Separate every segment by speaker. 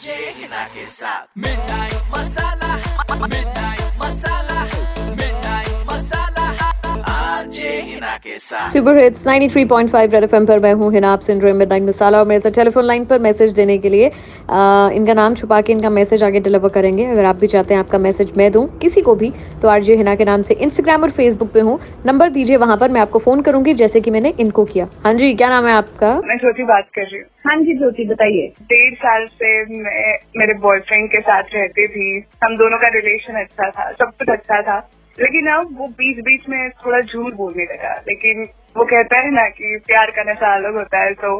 Speaker 1: जे हिना के साथ मिठाई मसाला मिठाई मसाला मिठाई मसाला आरजे हिना के साथ
Speaker 2: सुपर हिट्स 93.5 रेड एफएम पर मैं हूँ हिना आप सुन रहे हैं मिडनाइट मसाला और मेरे साथ टेलीफोन लाइन पर मैसेज देने के लिए आ, इनका नाम छुपा के इनका मैसेज आगे डिलीवर करेंगे अगर आप भी चाहते हैं आपका मैसेज मैं दूं किसी को भी तो आरजे हिना के नाम से इंस्टाग्राम और फेसबुक पे हूँ नंबर दीजिए वहां पर मैं आपको फोन करूंगी जैसे कि मैंने इनको किया हाँ जी क्या नाम है आपका
Speaker 3: मैं ज्योति बात कर रही हूँ
Speaker 4: हाँ जी ज्योति बताइए
Speaker 3: डेढ़ साल से मैं मेरे बॉयफ्रेंड के साथ रहती थी हम दोनों का रिलेशन अच्छा था सब कुछ अच्छा था लेकिन अब वो बीच बीच में थोड़ा झूठ बोलने लगा लेकिन वो कहता है ना कि प्यार का नशा अलग होता है तो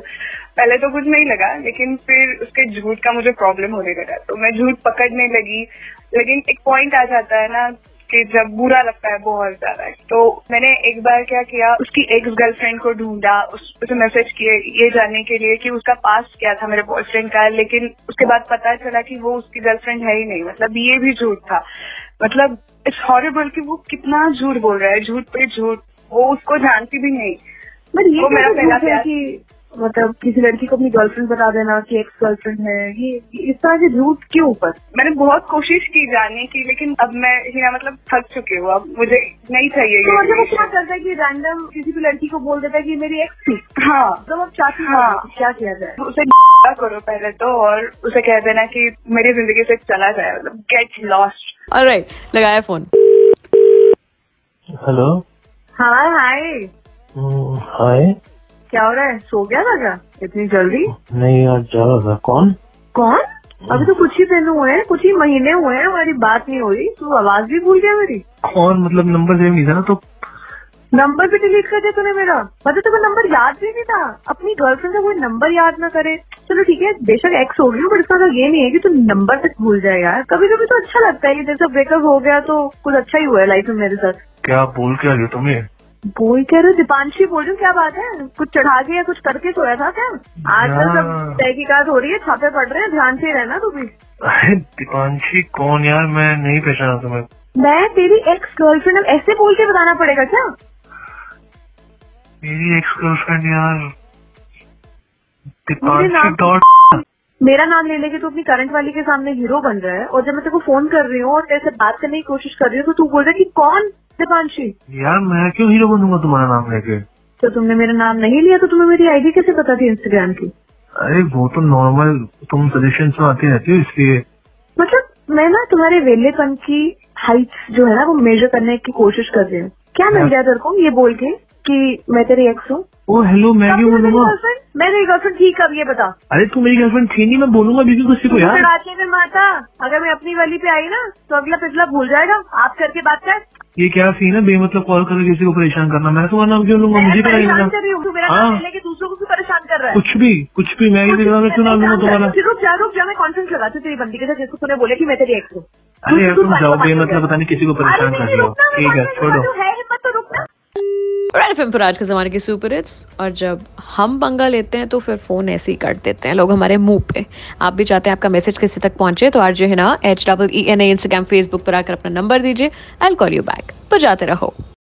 Speaker 3: पहले तो कुछ नहीं लगा लेकिन फिर उसके झूठ का मुझे प्रॉब्लम होने लगा तो मैं झूठ पकड़ने लगी लेकिन एक पॉइंट आ जाता है ना कि जब बुरा लगता है बहुत ज्यादा तो मैंने एक बार क्या किया उसकी एक्स गर्लफ्रेंड को ढूंढा उस, उसे मैसेज किए ये जानने के लिए कि उसका पास क्या था मेरे बॉयफ्रेंड का लेकिन उसके बाद पता चला कि वो उसकी गर्लफ्रेंड है ही नहीं मतलब ये भी झूठ था मतलब इट्स हॉरेबल कि वो कितना झूठ बोल रहा है झूठ पे झूठ वो उसको जानती भी नहीं
Speaker 4: बट ये
Speaker 3: वो मेरा
Speaker 4: कैसे
Speaker 3: पहला
Speaker 4: झूठ है
Speaker 3: प्यार-
Speaker 4: कि मतलब किसी लड़की को अपनी गर्लफ्रेंड बता देना कि एक्स गर्लफ्रेंड है ये ये इस तरह के झूठ के ऊपर
Speaker 3: मैंने बहुत कोशिश की जानने की लेकिन अब मैं हीना मतलब थक चुकी हूँ अब मुझे नहीं चाहिए
Speaker 4: तो
Speaker 3: ये
Speaker 4: मतलब वो क्या
Speaker 3: relation।
Speaker 4: करता है कि रैंडम किसी भी लड़की को बोल देता है कि ये मेरी एक्स थी
Speaker 3: हाँ
Speaker 4: तो अब चाहती
Speaker 3: हाँ।
Speaker 4: हाँ क्या किया जाए
Speaker 3: उसे करो पहले तो और उसे कह देना कि मेरी जिंदगी से चला जाए मतलब गेट लॉस्ट
Speaker 2: ऑल लगाया फोन
Speaker 5: हेलो
Speaker 4: हाय हाँ, हाय
Speaker 5: हम्म, हाय
Speaker 4: क्या हो रहा है सो गया था क्या इतनी जल्दी
Speaker 5: नहीं आज जा रहा था कौन
Speaker 4: कौन अभी तो कुछ ही दिन हुए हैं कुछ ही महीने हुए हैं हमारी बात नहीं हो रही तू आवाज भी भूल गया मेरी
Speaker 5: कौन मतलब नंबर सेव नहीं था ना तो
Speaker 4: नंबर भी डिलीट कर दिया तूने मेरा मतलब तुम्हें नंबर याद भी नहीं था अपनी गर्लफ्रेंड का कोई नंबर याद ना करे चलो ठीक है बेशक एक्स हो गई हो, बट इसका मतलब ये नहीं है कि तू नंबर तक भूल जाए यार कभी कभी तो अच्छा लगता है कि जैसे ब्रेकअप हो गया तो कुछ अच्छा ही हुआ है लाइफ में मेरे साथ
Speaker 5: क्या बोल के आ गए तुम्हें
Speaker 4: बोल कह रहे हो, दीपांशी बोल रही हूँ क्या बात है कुछ चढ़ा के या कुछ करके सोया था क्या आजकल
Speaker 5: हाँ।
Speaker 4: सब तहकीकात हो रही है छापे पड़ रहे हैं ध्यान से रहना तू भी
Speaker 5: अरे दीपांशी कौन यार मैं नहीं पहचाना तुम्हें
Speaker 4: मैं तेरी एक्स गर्लफ्रेंड अब ऐसे बोल के बताना पड़ेगा क्या
Speaker 5: मेरी एक्स गर्लफ्रेंड यार
Speaker 4: मेरे
Speaker 5: दीपांशी
Speaker 4: नाम-
Speaker 5: डॉट
Speaker 4: मेरा नाम ले लेके तू अपनी करंट वाली के सामने हीरो बन रहा है और जब मैं तेरे को फोन कर रही हूँ और तेरे से बात करने की कोशिश कर रही हूँ तो तू बोल रहा है कि कौन दीपांशी
Speaker 5: यार मैं क्यों हीरो बनूंगा तुम्हारा नाम लेके
Speaker 4: तो तुमने मेरा नाम नहीं लिया तो तुम्हें मेरी आईडी कैसे पता थी इंस्टाग्राम की
Speaker 5: अरे वो तो नॉर्मल तुम सजेशन में आती रहती हो इसलिए
Speaker 4: मतलब मैं ना तुम्हारे वेलेपन की हाइट जो है ना वो मेजर करने की कोशिश कर रही हूँ क्या मिल
Speaker 5: हाँ।
Speaker 4: गया तेरे को ये बोल के कि मैं तेरी एक्स हूँ
Speaker 5: ओ हेलो मैं
Speaker 4: कब
Speaker 5: क्यों
Speaker 4: तेरी
Speaker 5: बोलूंगा
Speaker 4: गर्लफ्रेंड मैं तेरी गर्लफ्रेंड ठीक अब ये बता
Speaker 5: अरे तू मेरी गर्लफ्रेंड थी नहीं मैं बोलूंगा बिल्कुल किसी को यार
Speaker 4: चढ़ाते में माता अगर मैं अपनी वाली पे आई ना तो अगला पिछला भूल जाएगा आप करके बात कर
Speaker 5: ये क्या सीन है बेमतलब कॉल करके किसी को परेशान करना मैं तुम्हारा नाम क्यों लूंगा
Speaker 4: मैं
Speaker 5: मुझे क्या
Speaker 4: परेशान
Speaker 5: लगेगा
Speaker 4: कर रही हूँ तू मेरा
Speaker 5: हाँ।
Speaker 4: नाम ले लेके दूसरों को भी परेशान कर रहा है
Speaker 5: कुछ भी कुछ भी मैं ये देख रहा हूँ क्यों नाम लूंगा तुम्हारा
Speaker 4: फिर रुक जा रुक जा मैं कॉन्फ्रेंस लगाती हूँ तेरी बंदी के साथ जिसको तूने बोला कि मैं तेरी एक्स हूँ
Speaker 5: अरे यार
Speaker 4: तू-
Speaker 5: तुम
Speaker 4: तू
Speaker 5: जाओ
Speaker 4: बात कर,
Speaker 5: बेमतलब
Speaker 4: बात
Speaker 5: पता नहीं किसी को
Speaker 4: कर।
Speaker 5: परेशान
Speaker 4: अरे
Speaker 5: कर
Speaker 4: नहीं,
Speaker 5: रही हो
Speaker 4: रुकना, मैं
Speaker 5: ठीक है
Speaker 4: बात कर रही हूँ,
Speaker 5: छोड़ो
Speaker 4: तू है हिम्मत तो रुकना
Speaker 2: रेड एफएम पर आज के ज़माने के सुपर हिट्स और जब हम पंगा लेते हैं तो फिर फ़ोन ऐसे ही काट देते हैं लोग हमारे मुंह पे आप भी चाहते हैं आपका मैसेज किसी तक पहुंचे तो E R J Hina H double E N A Instagram Facebook पर आकर अपना नंबर दीजिए आई कॉल यू बैक बजाते तो रहो